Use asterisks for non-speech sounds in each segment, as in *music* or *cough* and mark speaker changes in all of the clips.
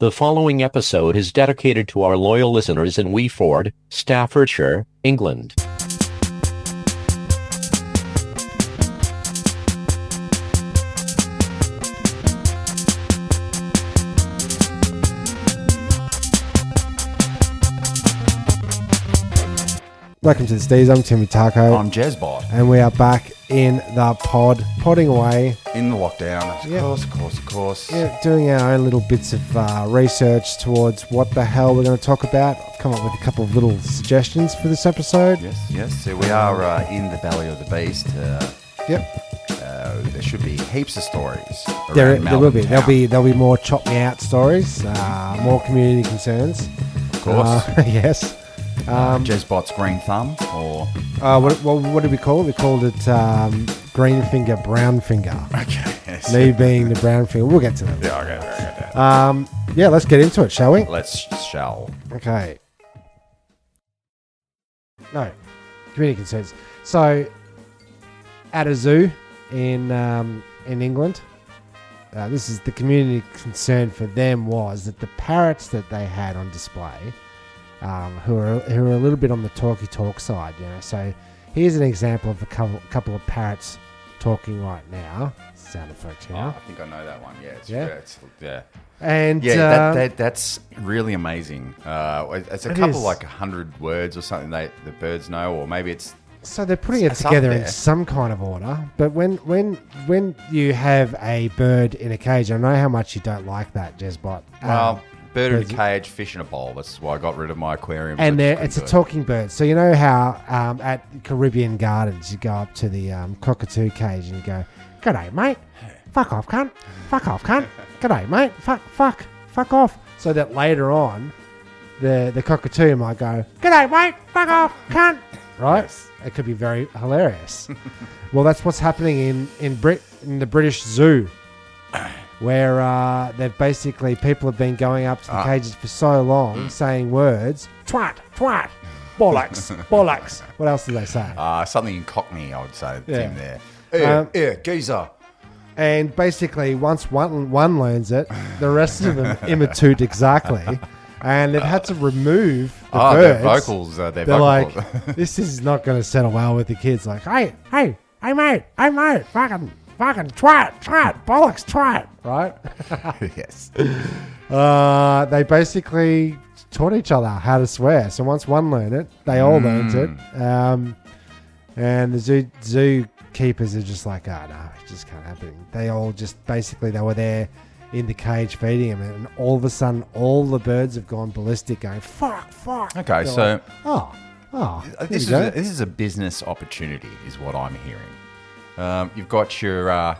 Speaker 1: The following episode is dedicated to our loyal listeners in Weeford, Staffordshire, England.
Speaker 2: Welcome to the stage. I'm Timmy Taco,
Speaker 3: I'm Jezbot
Speaker 2: and we are back in the pod, podding away,
Speaker 3: in the lockdown. Of
Speaker 2: Yeah.
Speaker 3: course, of course, of course.
Speaker 2: yeah, doing our own little bits of uh, research towards what the hell we're going to talk about. I've come up with a couple of little suggestions for this episode.
Speaker 3: Yes, yes. So we are uh, in the belly of the beast. Uh,
Speaker 2: Yep,
Speaker 3: uh, there should be heaps of stories. Around
Speaker 2: there, there will
Speaker 3: Melbourne
Speaker 2: be.
Speaker 3: town.
Speaker 2: There'll be there'll be more chop me out stories, uh, more community concerns.
Speaker 3: of course.
Speaker 2: Uh, *laughs* yes.
Speaker 3: um, Jezbot's green thumb, or
Speaker 2: Uh, what, what, what did we call it? We called it um, green finger, brown finger.
Speaker 3: okay, *laughs* yes.
Speaker 2: Me being the brown finger. We'll get to that.
Speaker 3: Yeah, okay, okay, okay.
Speaker 2: Um, yeah, let's get into it, shall we?
Speaker 3: Let's sh- shall.
Speaker 2: Okay. No, community concerns. So, at a zoo in um, in England, uh, this is the community concern for them was that the parrots that they had on display, um, who are who are a little bit on the talky talk side, you know. So, here's an example of a couple couple of parrots talking right now. Sound effects
Speaker 3: Oh,
Speaker 2: now,
Speaker 3: I think I know that one. Yeah, it's,
Speaker 2: Yeah?
Speaker 3: yeah, it's, yeah.
Speaker 2: and
Speaker 3: Yeah,
Speaker 2: uh,
Speaker 3: that, that, that's really amazing. Uh, it- it's a
Speaker 2: It
Speaker 3: couple
Speaker 2: is.
Speaker 3: like a hundred words or something they the birds know, or maybe it's
Speaker 2: So they're putting it
Speaker 3: It's up
Speaker 2: together in
Speaker 3: there.
Speaker 2: some kind of order, but when when when you have a bird in a cage, I know how much you don't like that, Jezbot. Um,
Speaker 3: well, bird in a
Speaker 2: there's-
Speaker 3: cage, fish in a bowl. That's why I got rid of my aquarium.
Speaker 2: and
Speaker 3: I
Speaker 2: they're, it's
Speaker 3: just
Speaker 2: a
Speaker 3: couldn't
Speaker 2: talking bird. So you know how um, at Caribbean Gardens you go up to the um, cockatoo cage and you go, "G'day, mate. Fuck off, cunt. Fuck off, cunt. G'day, mate. Fuck, fuck, fuck off." So that later on, the the cockatoo might go, "G'day, mate. Fuck off, cunt." Right? It could be very hilarious. *laughs* well, that's what's happening in in Brit in the British Zoo. Where uh, they've basically people have been going up to
Speaker 3: Ah.
Speaker 2: the cages for so long,
Speaker 3: Mm.
Speaker 2: saying words, twat, twat,
Speaker 3: *laughs*
Speaker 2: bollocks, bollocks. What else do they say?
Speaker 3: do it. Uh, something in Cockney, I would say.
Speaker 2: Yeah.
Speaker 3: Tim there. Yeah,
Speaker 2: Um,
Speaker 3: yeah, geezer. *laughs*
Speaker 2: And basically, once one one learns it, the rest of
Speaker 3: *laughs*
Speaker 2: them imitate exactly. And they've had to remove the
Speaker 3: Oh, their
Speaker 2: birds.
Speaker 3: vocals, uh, their
Speaker 2: They're
Speaker 3: vocal.
Speaker 2: like, this is not going to settle well with the kids. Like, hey, hey, hey, mate, hey, mate, fucking, fucking, try it, try it, bollocks, try it, right?
Speaker 3: yes.
Speaker 2: Uh, they basically taught each other how to swear. So once one learned it, they all
Speaker 3: Hmm.
Speaker 2: learned it. Um, and the zoo zoo keepers are just like, oh, no, it just can't happen. They all just basically they were there in the cage feeding him, and all of a sudden, all the birds have gone ballistic, going fuck, fuck.
Speaker 3: Okay,
Speaker 2: They're
Speaker 3: so
Speaker 2: like, oh, oh,
Speaker 3: uh,
Speaker 2: here
Speaker 3: this
Speaker 2: we
Speaker 3: is
Speaker 2: go.
Speaker 3: a, this is a business opportunity, is what I'm hearing. Um, you've got your uh,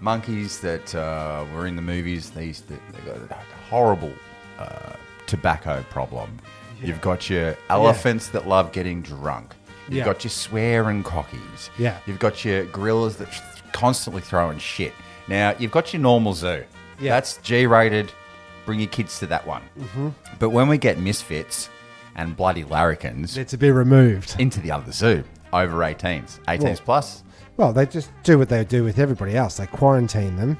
Speaker 3: monkeys that uh, were in the movies. These that they got a horrible uh, tobacco problem. You've got your elephants that love getting drunk. You've
Speaker 2: Yeah.
Speaker 3: got your swearing cockies.
Speaker 2: Yeah.
Speaker 3: You've got your gorillas that th- constantly throwing shit. Now you've got your normal zoo.
Speaker 2: Yeah.
Speaker 3: That's G-rated. Bring your kids to that one. Mm-hmm. But when we get misfits and bloody larrikins,
Speaker 2: They're to be removed.
Speaker 3: into the other zoo over 18s 18s plus
Speaker 2: Well, they just do what they do with everybody else. They quarantine them,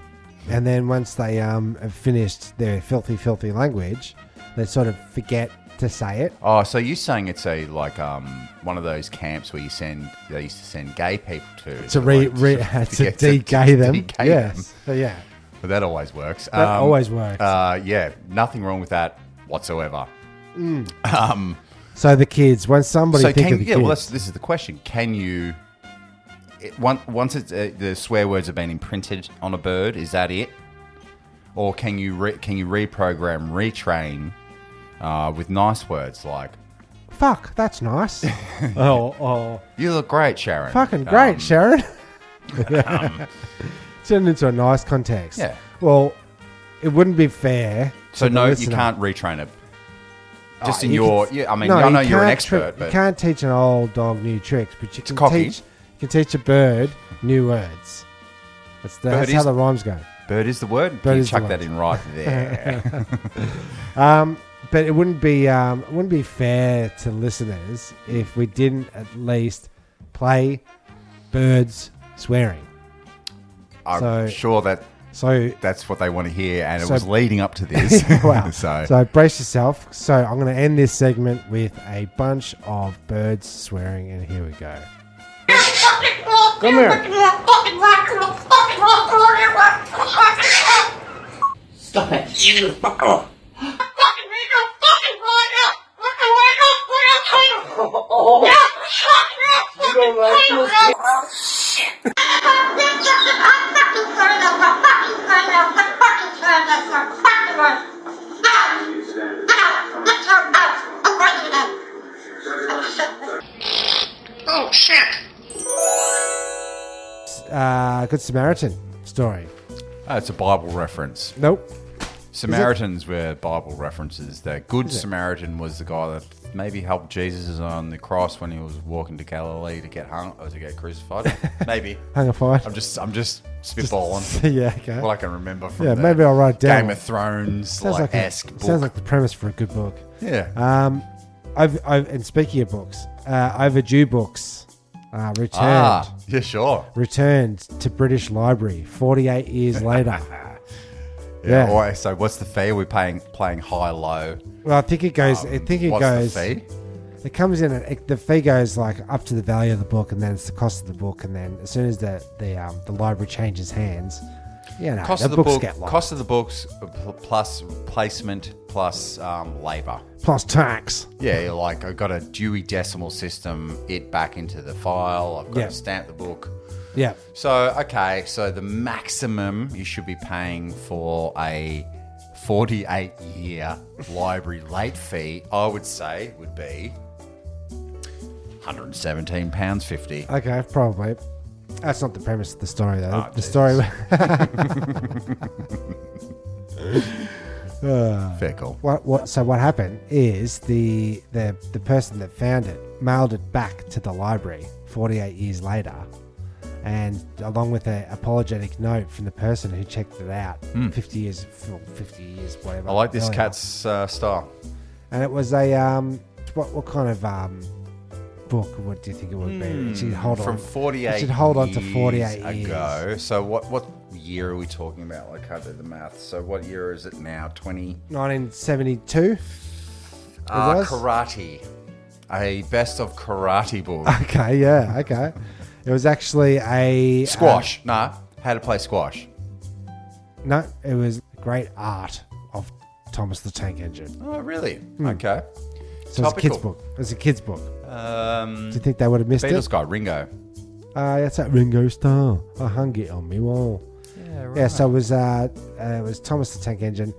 Speaker 2: and then once they um, have finished their filthy, filthy language, they sort of forget to say it.
Speaker 3: oh so you're saying it's a like um one of those camps where you send they used to send gay people to
Speaker 2: To
Speaker 3: like,
Speaker 2: re, re *laughs*
Speaker 3: to
Speaker 2: to
Speaker 3: get-
Speaker 2: de-gay
Speaker 3: *laughs* to
Speaker 2: them.
Speaker 3: de-gay them.
Speaker 2: yes, So, yeah.
Speaker 3: but that always works Um,
Speaker 2: That always works.
Speaker 3: uh yeah nothing wrong with that whatsoever
Speaker 2: So the kids, when somebody
Speaker 3: so
Speaker 2: think
Speaker 3: can
Speaker 2: of the
Speaker 3: yeah
Speaker 2: kids,
Speaker 3: well that's, this is the question can you it, once once it's, uh, the swear words have been imprinted on a bird is that it or can you re, can you reprogram retrain uh, with nice words like
Speaker 2: fuck, that's
Speaker 3: *laughs*
Speaker 2: nice. oh, oh,
Speaker 3: You look great, Sharon.
Speaker 2: fucking great,
Speaker 3: Um,
Speaker 2: Sharon. *laughs* Turned into a nice context.
Speaker 3: Yeah.
Speaker 2: Well, it wouldldn't be fair.
Speaker 3: So
Speaker 2: to the
Speaker 3: no, you
Speaker 2: listener.
Speaker 3: can't retrain it. Just
Speaker 2: Oh,
Speaker 3: in
Speaker 2: you
Speaker 3: your,
Speaker 2: can-
Speaker 3: yeah, I mean,
Speaker 2: no,
Speaker 3: I
Speaker 2: you
Speaker 3: know you're an
Speaker 2: can't tri-
Speaker 3: expert,
Speaker 2: you
Speaker 3: but
Speaker 2: can't teach an old dog new tricks, but you can
Speaker 3: cocky.
Speaker 2: teach you can teach a bird new words. That's, the,
Speaker 3: Bird
Speaker 2: that's how
Speaker 3: is-
Speaker 2: the rhymes go.
Speaker 3: bird is the word.
Speaker 2: Bird
Speaker 3: you
Speaker 2: is the
Speaker 3: chuck
Speaker 2: word.
Speaker 3: that in right
Speaker 2: *laughs*
Speaker 3: there.
Speaker 2: Um, but it wouldn't be um, it wouldn't be fair to listeners if we didn't at least play birds swearing.
Speaker 3: I'm
Speaker 2: So-
Speaker 3: sure that *laughs*
Speaker 2: So
Speaker 3: That's what they want to hear, and it
Speaker 2: So-
Speaker 3: was leading up
Speaker 2: *laughs*
Speaker 3: to this.
Speaker 2: wow.
Speaker 3: *laughs* so,
Speaker 2: So brace yourself. So I'm going to end this segment with a bunch of birds swearing, and here we go.
Speaker 4: Come here.
Speaker 5: Stop it. You fuck off.
Speaker 4: Fucking wake up! Fucking wake up! Fucking wake up! Wake up! Wake up! Fucking up! Fucking wake up! Oh, shit. Bitch, I'm fucking sorry, I'm fucking sorry, I'm fucking sorry, I'm fucking sorry. Ah! Ah! Bitch, I'm out. I'm breaking it. Oh, shit.
Speaker 2: Uh, Good Samaritan story.
Speaker 3: oh, it's a Bible reference.
Speaker 2: Nope.
Speaker 3: Samaritans were Bible references. The Good Samaritan was the guy that maybe helped Jesus on the cross when he was walking to Galilee to get hung or to
Speaker 2: *laughs*
Speaker 3: get crucified. maybe.
Speaker 2: Hung a fight.
Speaker 3: I'm just I'm just
Speaker 2: *laughs*
Speaker 3: spitballing.
Speaker 2: yeah. Okay.
Speaker 3: What I can remember from
Speaker 2: Yeah,
Speaker 3: the
Speaker 2: maybe I'll write down.
Speaker 3: Game of Thrones
Speaker 2: sounds
Speaker 3: like
Speaker 2: like a,
Speaker 3: esque book.
Speaker 2: sounds like the premise for a good book.
Speaker 3: yeah.
Speaker 2: Um, I've, I've and speaking of books, uh, overdue books uh, returned
Speaker 3: ah, yeah, sure.
Speaker 2: returned to British Library 48
Speaker 3: *laughs*
Speaker 2: years later.
Speaker 3: Yeah.
Speaker 2: Yeah.
Speaker 3: all right, so what's the fee? We're paying playing high low.
Speaker 2: Well, I think it goes. I think it
Speaker 3: um, what's
Speaker 2: goes.
Speaker 3: the fee?
Speaker 2: It comes in. at- It, the fee goes like up to the value of the book, and then it's the cost of the book, and then as soon as the the um, the library changes hands, you know,
Speaker 3: Cost
Speaker 2: the
Speaker 3: of the
Speaker 2: books
Speaker 3: book.
Speaker 2: get lost.
Speaker 3: Cost of the books pl- plus placement plus um, labor.
Speaker 2: plus tax.
Speaker 3: Yeah, you're like I've got a Dewey Decimal System it back into the file. I've got
Speaker 2: Yeah.
Speaker 3: to stamp the book.
Speaker 2: Yeah,
Speaker 3: So okay, so the maximum you should be paying for a 48 year library late fee, I would say, would be 117 pounds 50.
Speaker 2: okay, probably. That's not the premise of the story, though. the
Speaker 3: Jesus.
Speaker 2: story. *laughs* Oh,
Speaker 3: Fair call.
Speaker 2: What, what? So what happened is the the the person that found it mailed it back to the library 48 years later, and along with an apologetic note from the person who checked it out 50 years, well, 50 years, whatever.
Speaker 3: Hmm. I like this
Speaker 2: earlier.
Speaker 3: cat's uh, style.
Speaker 2: and it was a um, what what kind of um book? What do you think it would be? It should hold
Speaker 3: Hmm, From
Speaker 2: on
Speaker 3: 48
Speaker 2: It should hold on to
Speaker 3: years
Speaker 2: 48 years.
Speaker 3: ago. So what what year are we talking about? I can't do the math. So what year is it now? 20
Speaker 2: 1972.
Speaker 3: Ah,
Speaker 2: was?
Speaker 3: karate. A best of karate
Speaker 2: *laughs*
Speaker 3: book.
Speaker 2: Okay, yeah, okay. It was actually a uh,
Speaker 3: Squash. nah, how to play squash.
Speaker 2: No, it was great art of Thomas the Tank Engine.
Speaker 3: Oh, really?
Speaker 2: Hmm.
Speaker 3: Okay.
Speaker 2: So it's a kid's
Speaker 3: Topical.
Speaker 2: book. It's a kid's book. Do
Speaker 3: Um,
Speaker 2: you think they would have missed
Speaker 3: Beatles
Speaker 2: it?
Speaker 3: guy Ringo.
Speaker 2: Uh, that's that Ringo Starr. I hung it on me wall. Yeah, yeah so it was, uh, uh, it was Thomas the Tank Engine.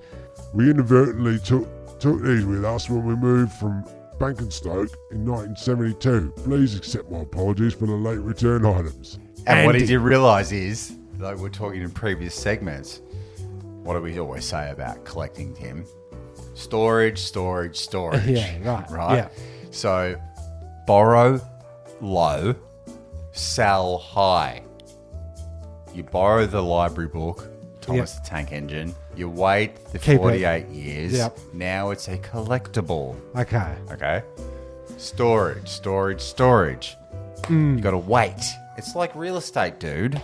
Speaker 6: We inadvertently took, took these with us when we moved from Bankenstoke in 1972. Please accept my apologies for the late return items.
Speaker 3: And what he did realise is, like we're talking in previous segments, what do we always say about collecting, Tim? Storage, storage,
Speaker 2: *laughs*
Speaker 3: storage.
Speaker 2: Yeah, right,
Speaker 3: *laughs* Right?
Speaker 2: yeah.
Speaker 3: So borrow low, sell high. You borrow the library book, Thomas the Tank Engine. You wait the
Speaker 2: Keep it.
Speaker 3: 48 years.
Speaker 2: Yep.
Speaker 3: Now it's a collectible.
Speaker 2: Okay.
Speaker 3: Okay. Storage, storage, storage. You gotta wait. It's like real estate, dude.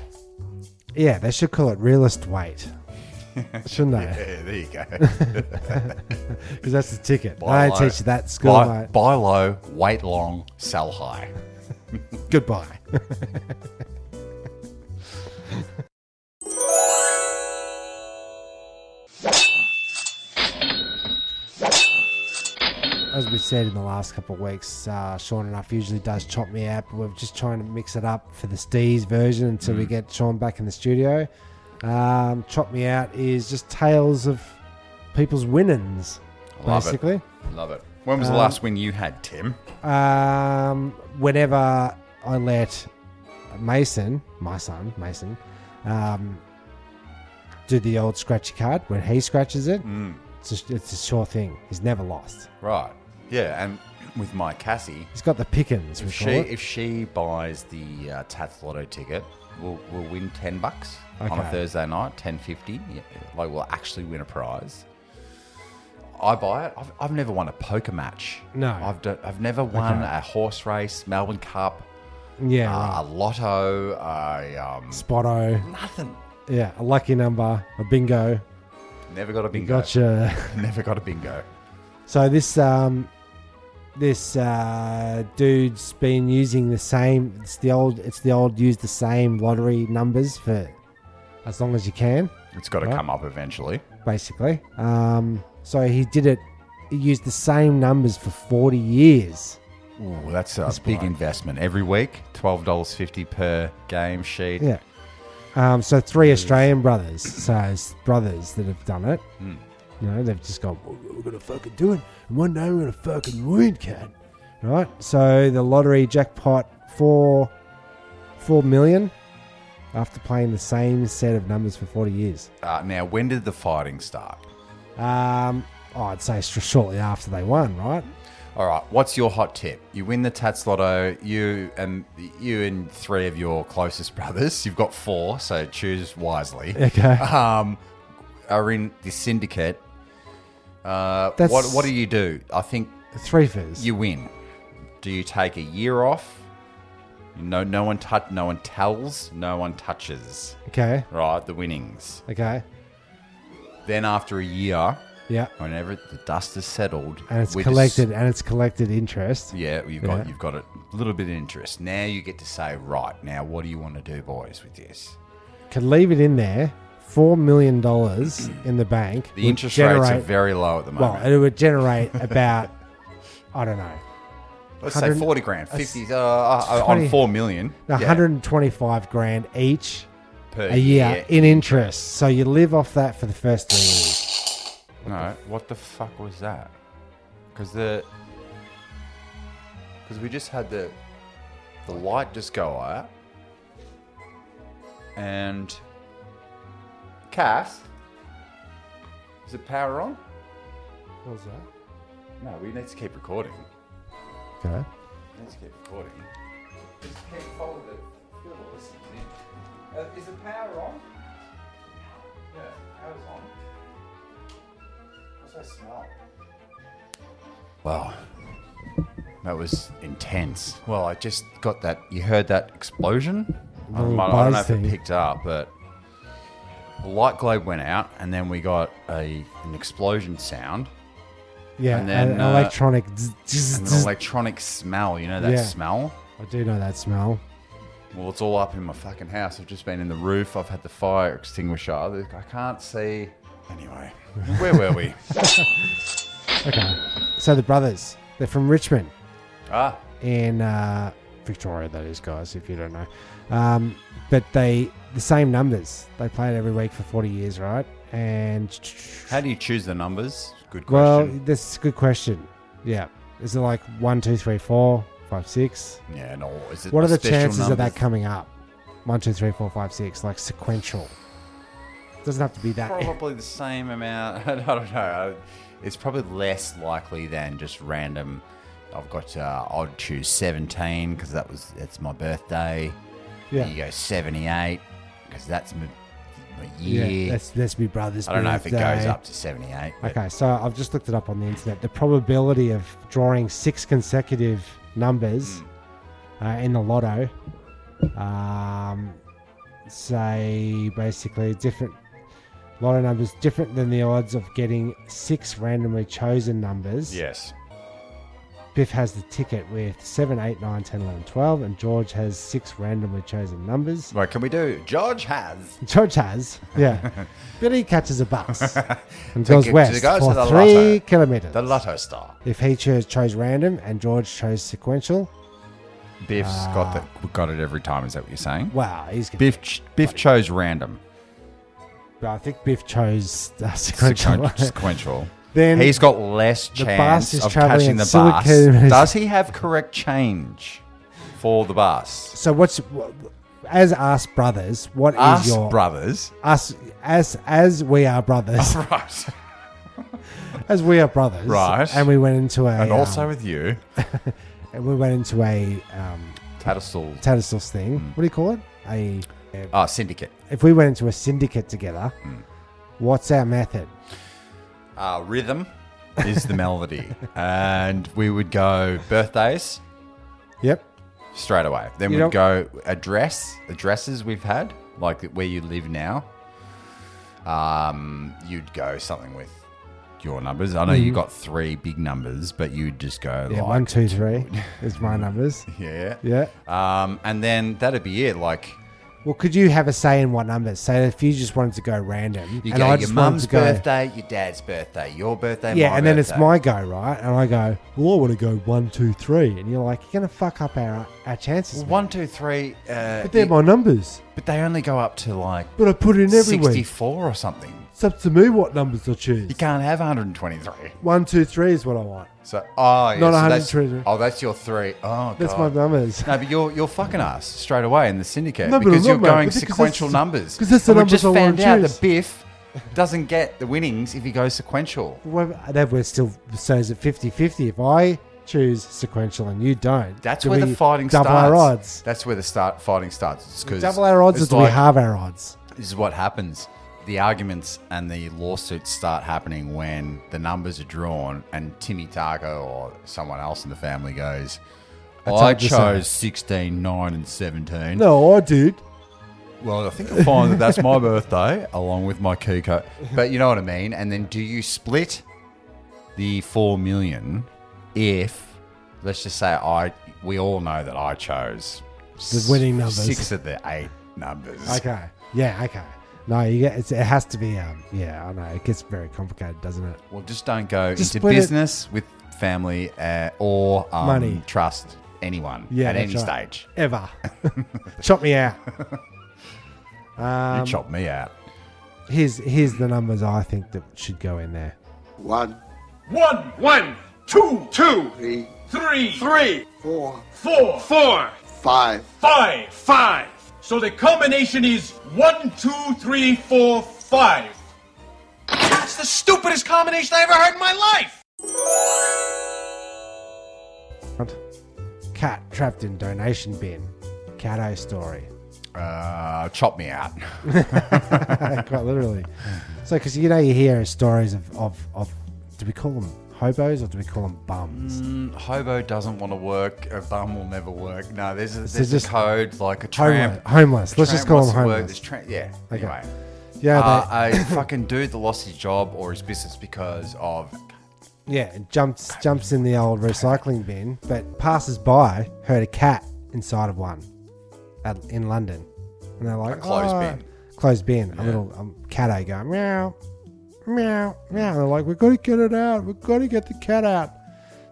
Speaker 2: Yeah, they should call it realist weight. Shouldn't they?
Speaker 3: *laughs* Yeah, there you go.
Speaker 2: Because that's the ticket.
Speaker 3: Buy
Speaker 2: I
Speaker 3: low.
Speaker 2: don't teach you that at school,
Speaker 3: buy,
Speaker 2: mate.
Speaker 3: buy low, wait long, sell high. *laughs*
Speaker 2: Goodbye. As we said in the last couple of weeks, uh, Sean enough usually does chop me up. We're just trying to mix it up for the Steez version until
Speaker 3: Mm.
Speaker 2: we get Sean back in the studio. Um, chop me out is just tales of people's winnings,
Speaker 3: Love it.
Speaker 2: basically.
Speaker 3: Love it. When was the last win you had, Tim?
Speaker 2: Um, whenever I let Mason, my son Mason, um, do the old scratchy card when he scratches it,
Speaker 3: Mm.
Speaker 2: it's, a, it's a sure thing. He's never lost.
Speaker 3: Right. Yeah, and with my Cassie,
Speaker 2: He's got the pickings. We
Speaker 3: if
Speaker 2: call
Speaker 3: she
Speaker 2: it.
Speaker 3: if she buys the uh, Tats Lotto ticket, we'll, we'll win ten bucks on a
Speaker 2: Okay.
Speaker 3: Thursday night, ten fifty. Yeah, like we'll actually win a prize. I buy it. I've, I've never won a poker match.
Speaker 2: No.
Speaker 3: I've do, I've never won a horse race, Melbourne Cup,
Speaker 2: yeah,
Speaker 3: Ah. uh, a lotto, a
Speaker 2: right.
Speaker 3: um,
Speaker 2: Spotto.
Speaker 3: nothing.
Speaker 2: Yeah, a lucky number, a bingo.
Speaker 3: Never got a bingo.
Speaker 2: Gotcha.
Speaker 3: *laughs* Never got a bingo.
Speaker 2: *laughs* So this um, this uh, dude's been using the same. It's the old. It's the old. Use the same lottery numbers for as long as you can,
Speaker 3: It's got to
Speaker 2: Right.
Speaker 3: come up eventually.
Speaker 2: basically. Um, so he did it. He used the same numbers for forty years.
Speaker 3: Ooh, that's a big investment. Every week, twelve dollars fifty per game sheet.
Speaker 2: Yeah. Um, so three Australian brothers, so it's brothers that have done it. You know, they've just gone, "Well, we're gonna fucking do it, and one day we're gonna fucking win, cat. Right. So the lottery jackpot for four million after playing the same set of numbers for forty years.
Speaker 3: Uh, now, when did the fighting start?
Speaker 2: Um, oh, I'd say str- shortly after they won, right?
Speaker 3: All right, what's your hot tip? You win the Tats Lotto. You and you and three of your closest *laughs* brothers. You've got four, so choose wisely.
Speaker 2: Okay.
Speaker 3: Um, are in the syndicate. Uh,
Speaker 2: That's-
Speaker 3: what what do you do? I think
Speaker 2: Three fizz.
Speaker 3: you win. Do you take a year off? No, no one touch. No one tells. No one touches.
Speaker 2: okay.
Speaker 3: Right, the winnings.
Speaker 2: Okay.
Speaker 3: Then after a year,
Speaker 2: Yeah.
Speaker 3: whenever the dust is settled
Speaker 2: And it's
Speaker 3: we just-
Speaker 2: collected and it's collected interest.
Speaker 3: Yeah, you've got you've got a little bit of interest. Now you get to say, right now, what do you want to do, boys, with this?
Speaker 2: could leave it in there, four million
Speaker 3: *clears throat*
Speaker 2: dollars in the bank.
Speaker 3: The
Speaker 2: would
Speaker 3: interest rates are
Speaker 2: generate-
Speaker 3: very low at the
Speaker 2: well.
Speaker 3: moment.
Speaker 2: It would generate about *laughs* I don't know,
Speaker 3: Let's say
Speaker 2: 100
Speaker 3: forty grand,
Speaker 2: that's
Speaker 3: fifty uh, uh, on
Speaker 2: 20
Speaker 3: four million yeah,
Speaker 2: one hundred and twenty-five grand each
Speaker 3: per
Speaker 2: a year in interest. So you live off that for the first three years.
Speaker 3: No, what the fuck was that? Because the because we just had the the light just go out, and Cass, is the power on?
Speaker 2: What was that?
Speaker 3: No, we need to keep recording.
Speaker 2: Okay.
Speaker 3: We need to keep recording. Just keep following the Phil listens in. Uh, is the power on? Yeah, power's on. What's that smell? Wow. That was intense. Well, I just got that. You heard that explosion? I,
Speaker 2: Little
Speaker 3: might, I don't know
Speaker 2: buzz
Speaker 3: if
Speaker 2: thing.
Speaker 3: it picked up, but the light globe went out, and then we got a an explosion sound.
Speaker 2: Yeah,
Speaker 3: And then,
Speaker 2: an
Speaker 3: uh,
Speaker 2: electronic. zzz, zzz,
Speaker 3: It's an
Speaker 2: zzz.
Speaker 3: electronic smell. You know that
Speaker 2: Yeah.
Speaker 3: smell?
Speaker 2: *laughs* I do know that smell.
Speaker 3: Well, it's all up in my fucking house. I've just been in the roof. I've had the fire extinguisher. I can't see. Anyway, where were we?
Speaker 2: Okay. So the brothers, they're from Richmond.
Speaker 3: ah,
Speaker 2: in uh, Victoria, that is, guys, if you don't know. Um, but they, the same numbers. They played every week for 40 years, right? And,
Speaker 3: how do you choose the numbers? Good
Speaker 2: well,
Speaker 3: question.
Speaker 2: that's a good question. Yeah. Is it like one, two, three, four, five, six?
Speaker 3: yeah, no. Is it
Speaker 2: What are the
Speaker 3: special
Speaker 2: chances of that
Speaker 3: numbers?
Speaker 2: coming up? One, two, three, four, five, six, like sequential. Doesn't have to be that.
Speaker 3: Probably the same amount. *laughs* I don't know. It's probably less likely than just random. I've got. Uh, I'd choose seventeen because that was that's my birthday.
Speaker 2: *laughs*
Speaker 3: You
Speaker 2: Yeah.
Speaker 3: go seventy-eight because that's my, my year.
Speaker 2: Yeah. That's that's me brother's.
Speaker 3: I don't know if it goes
Speaker 2: birthday.
Speaker 3: up to seventy-eight. but-
Speaker 2: Okay, so I've just looked it up on the internet. The probability of drawing six consecutive numbers
Speaker 3: Hmm.
Speaker 2: uh, in the lotto, um, say basically different lotto numbers, different than the odds of getting six randomly chosen numbers.
Speaker 3: Yes.
Speaker 2: Biff has the ticket with 7, 8, 9, 10, 11, 12, and George has six randomly chosen numbers. *laughs*
Speaker 3: Right, can we do? George has.
Speaker 2: George has,
Speaker 3: *laughs*
Speaker 2: yeah. Billy catches a bus and
Speaker 3: To
Speaker 2: goes
Speaker 3: get- to
Speaker 2: west
Speaker 3: go to
Speaker 2: for
Speaker 3: the
Speaker 2: three
Speaker 3: lotto.
Speaker 2: kilometres.
Speaker 3: The Lotto Star.
Speaker 2: If he chose, chose random and George chose sequential,
Speaker 3: Biff's
Speaker 2: Ah.
Speaker 3: got the got it every time. Is that what you're saying?
Speaker 2: wow, he's gonna.
Speaker 3: Biff ch- Biff chose random
Speaker 2: But I think Biff chose uh, sequential.
Speaker 3: sequen- *laughs* sequential.
Speaker 2: *laughs* Then
Speaker 3: he's got less
Speaker 2: the
Speaker 3: chance
Speaker 2: bus is
Speaker 3: of
Speaker 2: traveling
Speaker 3: catching
Speaker 2: in
Speaker 3: the bus.
Speaker 2: silicone.
Speaker 3: Does he have correct change for the bus?
Speaker 2: so what's wh- as us brothers? What is
Speaker 3: Us
Speaker 2: your
Speaker 3: brothers, *laughs*
Speaker 2: us as as we are brothers?
Speaker 3: right?
Speaker 2: as we are brothers,
Speaker 3: Right.
Speaker 2: And we went into a
Speaker 3: And also
Speaker 2: um,
Speaker 3: with you,
Speaker 2: and we went into a um,
Speaker 3: Tattersall
Speaker 2: Tattersall's thing.
Speaker 3: Hmm.
Speaker 2: What do you call it? A
Speaker 3: uh, Syndicate.
Speaker 2: if we went into a syndicate together,
Speaker 3: Hmm.
Speaker 2: what's our method?
Speaker 3: Uh, rhythm is the melody,
Speaker 2: *laughs*
Speaker 3: and we would go birthdays
Speaker 2: Yep.
Speaker 3: straight away. Then
Speaker 2: You
Speaker 3: we'd
Speaker 2: don't-
Speaker 3: go address addresses we've had like where you live now. um, you'd go something with your numbers. I know you got three big numbers, but you'd just go
Speaker 2: Mm. Yeah,
Speaker 3: like
Speaker 2: one, two,
Speaker 3: *laughs*
Speaker 2: three is my numbers.
Speaker 3: yeah,
Speaker 2: Yeah.
Speaker 3: Um, and then that'd be it. Like
Speaker 2: Well, could you have a say in what numbers? Say if you just wanted to go random,
Speaker 3: you
Speaker 2: and
Speaker 3: go
Speaker 2: I
Speaker 3: your
Speaker 2: just wanted
Speaker 3: mum's
Speaker 2: to go,
Speaker 3: birthday, your dad's birthday, your birthday,
Speaker 2: yeah,
Speaker 3: my
Speaker 2: and then it's
Speaker 3: birthday.
Speaker 2: my go, right? And I go, well, I want to go one, two, three, and you're like, you're gonna fuck up our our chances.
Speaker 3: Well,
Speaker 2: mate."
Speaker 3: one, two, three. Uh,
Speaker 2: But they're
Speaker 3: you-
Speaker 2: my numbers.
Speaker 3: but they only go up to like
Speaker 2: But I put in every week.
Speaker 3: sixty-four or something.
Speaker 2: It's up to me what numbers I choose.
Speaker 3: You can't have 123.
Speaker 2: One, two, three is what I want.
Speaker 3: So, oh, yeah,
Speaker 2: Not
Speaker 3: so
Speaker 2: 123.
Speaker 3: That's, oh, that's your three. Oh,
Speaker 2: That's
Speaker 3: God.
Speaker 2: my numbers. *laughs*
Speaker 3: No, but you're you're fucking us straight away in the syndicate
Speaker 2: No, but I'm
Speaker 3: because you're
Speaker 2: not, mate,
Speaker 3: going
Speaker 2: because that's
Speaker 3: sequential
Speaker 2: the-
Speaker 3: numbers.
Speaker 2: 'cause that's the
Speaker 3: And
Speaker 2: numbers
Speaker 3: we just
Speaker 2: I wanna
Speaker 3: found out
Speaker 2: choose. *laughs*
Speaker 3: that Biff doesn't get the winnings if he goes sequential.
Speaker 2: Well, that we're still so is it 50-50 if I choose sequential and you don't.
Speaker 3: That's
Speaker 2: do
Speaker 3: where
Speaker 2: we
Speaker 3: the fighting
Speaker 2: double
Speaker 3: starts.
Speaker 2: our odds.
Speaker 3: That's where the start fighting starts. It's 'cause
Speaker 2: Double our odds, or
Speaker 3: it's
Speaker 2: do we
Speaker 3: like-
Speaker 2: halve our odds?
Speaker 3: This is what happens. The arguments and the lawsuits start happening when the numbers are drawn, and Timmy Targo or someone else in the family goes,
Speaker 2: That's
Speaker 3: I
Speaker 2: up to seven."
Speaker 3: chose 16, 9, and 17.
Speaker 2: No, I did.
Speaker 3: Well, I think I'll find that that's my birthday along with my key code. But you know what I mean? And then do you split the 4 million if, let's just say, I we all know that I chose
Speaker 2: The winning numbers.
Speaker 3: Six of the eight numbers.
Speaker 2: Okay. Yeah. Okay. No, you get it's, it has to be. Um. Yeah. I know it gets very complicated, doesn't it?
Speaker 3: Well, just don't go
Speaker 2: Just
Speaker 3: into
Speaker 2: split it.
Speaker 3: business with family uh, or um,
Speaker 2: Money.
Speaker 3: Trust anyone
Speaker 2: Yeah.
Speaker 3: at any
Speaker 2: that's right.
Speaker 3: stage. *laughs*
Speaker 2: Ever. Chop me out. Um,
Speaker 3: you chop me out.
Speaker 2: Here's here's the numbers I think that should go in there.
Speaker 5: One,
Speaker 7: One, one, two, two,
Speaker 5: three,
Speaker 7: three, three,
Speaker 5: four,
Speaker 7: four, four,
Speaker 5: five.
Speaker 7: five, five. So the combination is one, two, three, four, five. That's the stupidest combination I ever heard in my life!
Speaker 2: Cat trapped in donation bin. Cato
Speaker 3: *laughs*
Speaker 2: story.
Speaker 3: Uh, chop me out. *laughs*
Speaker 2: Quite literally. So, because you know you hear stories of, of of do we call them hobos or do we call them
Speaker 3: Mm,
Speaker 2: bums?
Speaker 3: Hobo doesn't want to work. A bum will never work. No, there's a, there's a
Speaker 2: just-
Speaker 3: code like
Speaker 2: Homeless.
Speaker 3: a tramp.
Speaker 2: homeless. Let's
Speaker 3: tramp
Speaker 2: just call
Speaker 3: wants
Speaker 2: them
Speaker 3: to work,
Speaker 2: homeless.
Speaker 3: there's tra- yeah.
Speaker 2: Okay.
Speaker 3: Anyway,
Speaker 2: yeah. they-
Speaker 3: uh, a fucking dude that lost his job or his business because of
Speaker 2: Yeah, it jumps jumps in the old recycling bin, but passes by heard a cat inside of one at, in London, and they're like,
Speaker 3: closed
Speaker 2: "Oh."
Speaker 3: bin."
Speaker 2: closed bin." A little um, catto going meow, meow, meow. And they're like, "We've got to get it out. We've got to get the cat out."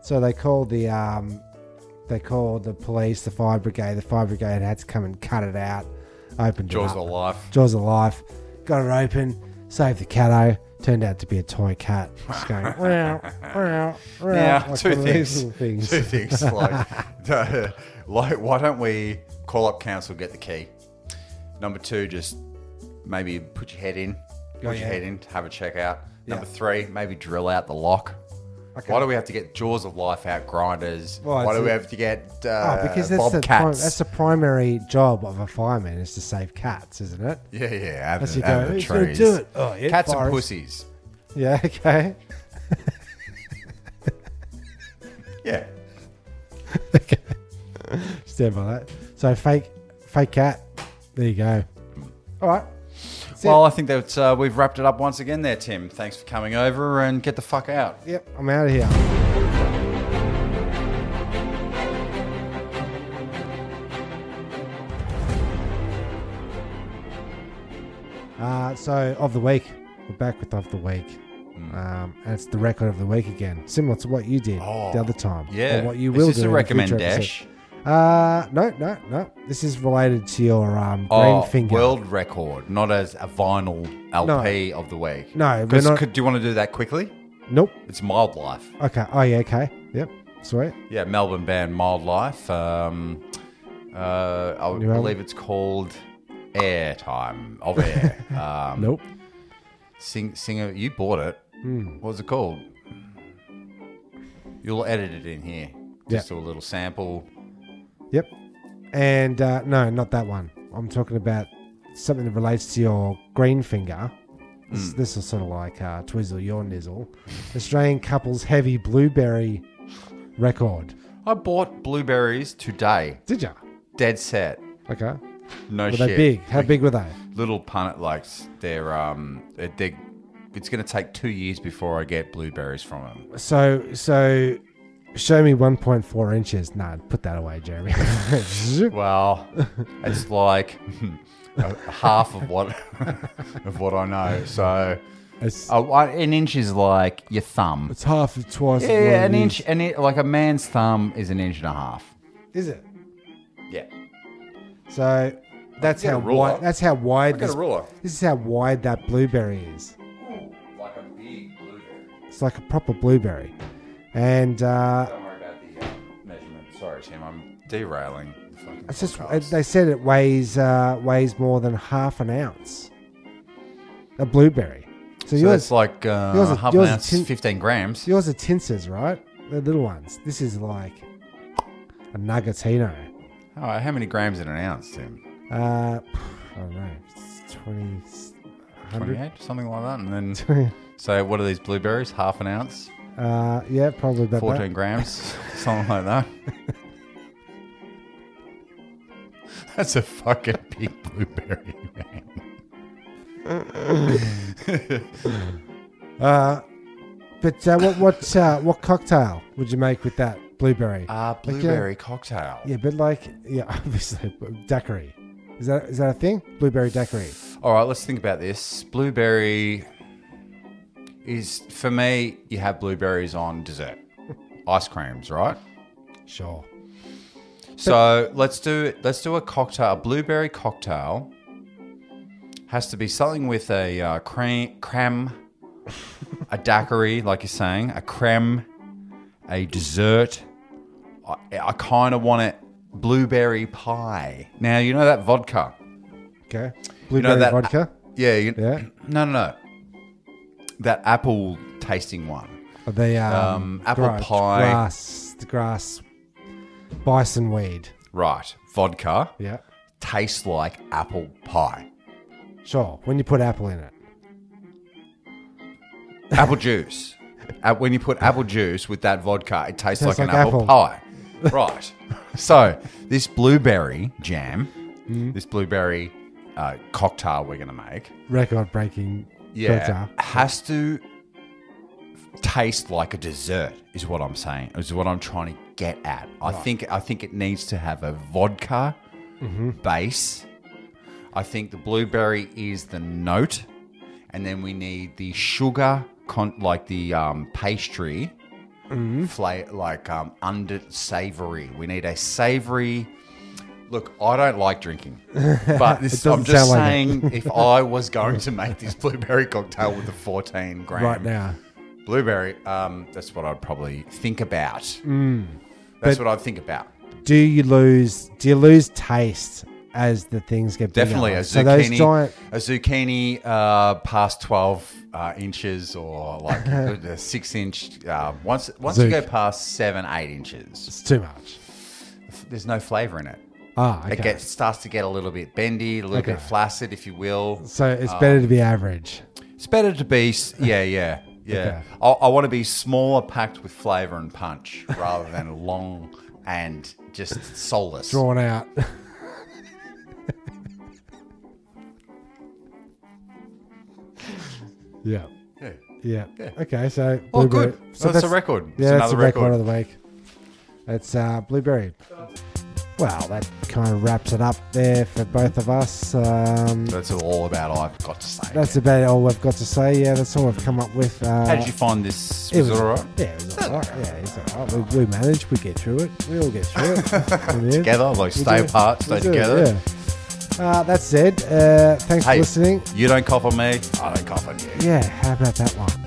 Speaker 2: So they called the um, they called the police, the fire brigade. The fire brigade had to come and cut it out. Opened
Speaker 3: Jaws
Speaker 2: it
Speaker 3: of
Speaker 2: up.
Speaker 3: Life.
Speaker 2: Jaws of Life. Got it open, saved the catto. Turned out to be a toy cat. Just
Speaker 3: *laughs*
Speaker 2: going, wow, wow, wow.
Speaker 3: Now,
Speaker 2: like
Speaker 3: two
Speaker 2: one of these
Speaker 3: things.
Speaker 2: little things. *laughs*
Speaker 3: Two things. Like, uh, like, why don't we call up council, get the key? Number two, just maybe put your head in, put your
Speaker 2: Oh, yeah.
Speaker 3: head in, have a check out. Number three, maybe drill out the lock. Why do we have to get jaws of life out, grinders?
Speaker 2: Well,
Speaker 3: why
Speaker 2: it's
Speaker 3: do we
Speaker 2: a-
Speaker 3: have to get
Speaker 2: Oh,
Speaker 3: uh,
Speaker 2: because that's the, prim-
Speaker 3: bobcats?
Speaker 2: that's the primary job of a fireman is to save cats, isn't it?
Speaker 3: yeah, yeah, out of
Speaker 2: As
Speaker 3: the,
Speaker 2: you
Speaker 3: out
Speaker 2: go,
Speaker 3: of the
Speaker 2: "Who's gonna
Speaker 3: trees.
Speaker 2: do it? Oh, yeah,
Speaker 3: Cats and
Speaker 2: forest."
Speaker 3: pussies.
Speaker 2: Yeah, *laughs* okay.
Speaker 3: Yeah.
Speaker 2: Stand by that. So fake, fake cat. There you go. All right. That's it.
Speaker 3: Well, I think that uh, we've wrapped it up once again there, Tim. Thanks for coming over and get the fuck out.
Speaker 2: Yep, I'm out of here. Uh, so, of the week, we're back with of the week.
Speaker 3: Mm.
Speaker 2: Um, and it's the record of the week again, similar to what you did the other time.
Speaker 3: Oh, Yeah.
Speaker 2: Or what you
Speaker 3: Is
Speaker 2: will
Speaker 3: this
Speaker 2: do.
Speaker 3: a
Speaker 2: in the future
Speaker 3: recommend
Speaker 2: episode.
Speaker 3: dash?
Speaker 2: Uh, no, no, no. This is related to your um, green
Speaker 3: Oh,
Speaker 2: finger.
Speaker 3: world record, not as a vinyl LP of the week.
Speaker 2: No, we're
Speaker 3: 'Cause
Speaker 2: not-
Speaker 3: could- do you want to do that quickly?
Speaker 2: Nope.
Speaker 3: It's Mild Life.
Speaker 2: Okay. Oh, yeah, okay. Yep. Sweet.
Speaker 3: Yeah, Melbourne band Mild Life. Um, uh, I would
Speaker 2: You have-
Speaker 3: believe it's called Air Time of Air.
Speaker 2: *laughs*
Speaker 3: um,
Speaker 2: Nope.
Speaker 3: sing, singer, you bought it.
Speaker 2: Hmm.
Speaker 3: What's it called? You'll edit it in here. Just do a little sample.
Speaker 2: Yep. And uh, no, not that one. I'm talking about something that relates to your green finger.
Speaker 3: Hmm.
Speaker 2: This, this is sort of like uh, Twizzle Your Nizzle. Australian couples heavy blueberry record.
Speaker 3: I bought blueberries today,
Speaker 2: Did ya?
Speaker 3: dead set.
Speaker 2: Okay.
Speaker 3: No
Speaker 2: Were
Speaker 3: shit.
Speaker 2: they big? How big were they?
Speaker 3: Little punnet likes they're um they it's gonna take two years before I get blueberries from them.
Speaker 2: So, so show me 1.4 inches. Nah, put that away, Jeremy. *laughs*
Speaker 3: Well, it's like a- half of what *laughs* of what I know. So
Speaker 2: it's,
Speaker 3: oh, I- an inch is like your thumb.
Speaker 2: it's half of twice.
Speaker 3: Yeah,
Speaker 2: as what
Speaker 3: yeah, an
Speaker 2: it
Speaker 3: inch,
Speaker 2: is.
Speaker 3: an in, like a man's thumb is an inch and a half.
Speaker 2: Is it?
Speaker 3: Yeah.
Speaker 2: So that's
Speaker 3: Get a
Speaker 2: how
Speaker 3: ruler.
Speaker 2: wide. That's how wide.
Speaker 3: I've got
Speaker 2: this-
Speaker 3: a ruler.
Speaker 2: This is how wide that blueberry is.
Speaker 3: Like a big blueberry.
Speaker 2: It's like a proper blueberry, and uh,
Speaker 3: Don't worry about the uh, measurement. Sorry, Tim. I'm derailing. the fucking
Speaker 2: it's just
Speaker 3: podcast.
Speaker 2: they said it weighs uh, weighs more than half an ounce. A blueberry. So,
Speaker 3: so
Speaker 2: yours,
Speaker 3: that's like uh,
Speaker 2: yours is-
Speaker 3: half
Speaker 2: yours
Speaker 3: an
Speaker 2: is
Speaker 3: ounce,
Speaker 2: tin-
Speaker 3: fifteen grams.
Speaker 2: yours are tinsers, right? The little ones. This is like a nuggetino.
Speaker 3: All right, Oh, how many grams in an ounce, Tim?
Speaker 2: Uh, I don't know. It's 20, 100?
Speaker 3: Twenty-eight, something like that. *laughs* And then,
Speaker 2: uh,
Speaker 3: so what are these blueberries? Half an ounce,
Speaker 2: yeah, probably about
Speaker 3: fourteen grams, *laughs* something like that. That's a fucking big blueberry, man.
Speaker 2: that. Uh, but uh, what what uh, what cocktail would you make with that blueberry?
Speaker 3: Uh,
Speaker 2: Like, uh,
Speaker 3: blueberry cocktail.
Speaker 2: yeah, but like yeah, *laughs* obviously but daiquiri. Is that is that a thing? Blueberry daiquiri.
Speaker 3: All right, let's think about this. Blueberry is for me. You have blueberries on dessert, *laughs* ice creams, right?
Speaker 2: Sure.
Speaker 3: So let's do let's do a cocktail. A blueberry cocktail has to be something with a uh, cream, creme, a daiquiri, like you're saying, a creme, a dessert. I, I kind of want it blueberry pie. Now you know that vodka.
Speaker 2: Okay.
Speaker 3: You
Speaker 2: Blueberry
Speaker 3: know that
Speaker 2: vodka.
Speaker 3: Yeah, you,
Speaker 2: Yeah.
Speaker 3: No, no, no. That apple tasting one.
Speaker 2: The um,
Speaker 3: Um, apple
Speaker 2: gra-
Speaker 3: pie.
Speaker 2: grass, the grass, bison weed.
Speaker 3: Right. Vodka
Speaker 2: Yeah.
Speaker 3: tastes like apple pie.
Speaker 2: Sure. When you put apple in it.
Speaker 3: Apple juice. Uh, When you put apple juice with that vodka, it tastes like,
Speaker 2: Tastes
Speaker 3: an
Speaker 2: like
Speaker 3: apple,
Speaker 2: apple. *laughs*
Speaker 3: pie. Right. so, this blueberry jam,
Speaker 2: Hmm.
Speaker 3: this blueberry uh, cocktail we're going to make,
Speaker 2: Record breaking.
Speaker 3: yeah, has to taste like a dessert is what I'm saying. Is what I'm trying to get at. I think I think it needs to have a vodka
Speaker 2: Mm-hmm.
Speaker 3: base. I think the blueberry is the note, and then we need the sugar, con- like the um, pastry,
Speaker 2: Mm-hmm.
Speaker 3: fla- like um, under savory. We need a savory. Look, I don't like drinking, but
Speaker 2: *laughs*
Speaker 3: this,
Speaker 2: It
Speaker 3: I'm
Speaker 2: doesn't
Speaker 3: just
Speaker 2: sound like it.
Speaker 3: saying, if I was going to make this blueberry cocktail with a 14 gram
Speaker 2: Right now.
Speaker 3: blueberry, um, that's what I'd probably think about.
Speaker 2: Mm.
Speaker 3: that's what I'd think about.
Speaker 2: do you lose do you lose taste as the things get bigger?
Speaker 3: Definitely a zucchini,
Speaker 2: so those giant
Speaker 3: a zucchini uh, past 12 uh, inches or
Speaker 2: *laughs*
Speaker 3: like a six inch. Uh, once once you
Speaker 2: Zuc.
Speaker 3: go past seven, eight inches,
Speaker 2: it's too much
Speaker 3: there's no flavor in it.
Speaker 2: ah okay
Speaker 3: It gets, starts to get a little bit bendy, a little bit
Speaker 2: Okay.
Speaker 3: flaccid, if you will.
Speaker 2: so it's
Speaker 3: Ah.
Speaker 2: better to be average
Speaker 3: It's better to be,
Speaker 2: *laughs*
Speaker 3: s- yeah, yeah, yeah.
Speaker 2: Okay.
Speaker 3: I, I want to be smaller, packed with flavour and punch, rather than *laughs* long and just soulless.
Speaker 2: drawn out *laughs* yeah
Speaker 3: Yeah.
Speaker 2: yeah. okay so
Speaker 3: Oh,
Speaker 2: blueberry-
Speaker 3: good. So that's a record. It's
Speaker 2: yeah that's
Speaker 3: another
Speaker 2: the record.
Speaker 3: record.
Speaker 2: of the week it's uh, blueberry well that kind of wraps it up there for both of us um,
Speaker 3: That's all about I've got to say.
Speaker 2: That's about all I've got to say. Yeah, that's all I've come up with. Uh,
Speaker 3: How did you find this?
Speaker 2: it
Speaker 3: Was
Speaker 2: was
Speaker 3: it all right?
Speaker 2: Yeah, it was all right. Yeah, it's all right. We, we managed. We get through it. We all get through
Speaker 3: *laughs*
Speaker 2: it. In the end.
Speaker 3: Together, like
Speaker 2: We
Speaker 3: stay
Speaker 2: do.
Speaker 3: apart,
Speaker 2: We
Speaker 3: stay
Speaker 2: do,
Speaker 3: together.
Speaker 2: yeah. Uh, that's it. Uh, thanks
Speaker 3: Hey,
Speaker 2: for listening.
Speaker 3: you don't cough on me, I don't cough on you.
Speaker 2: Yeah, how about that one?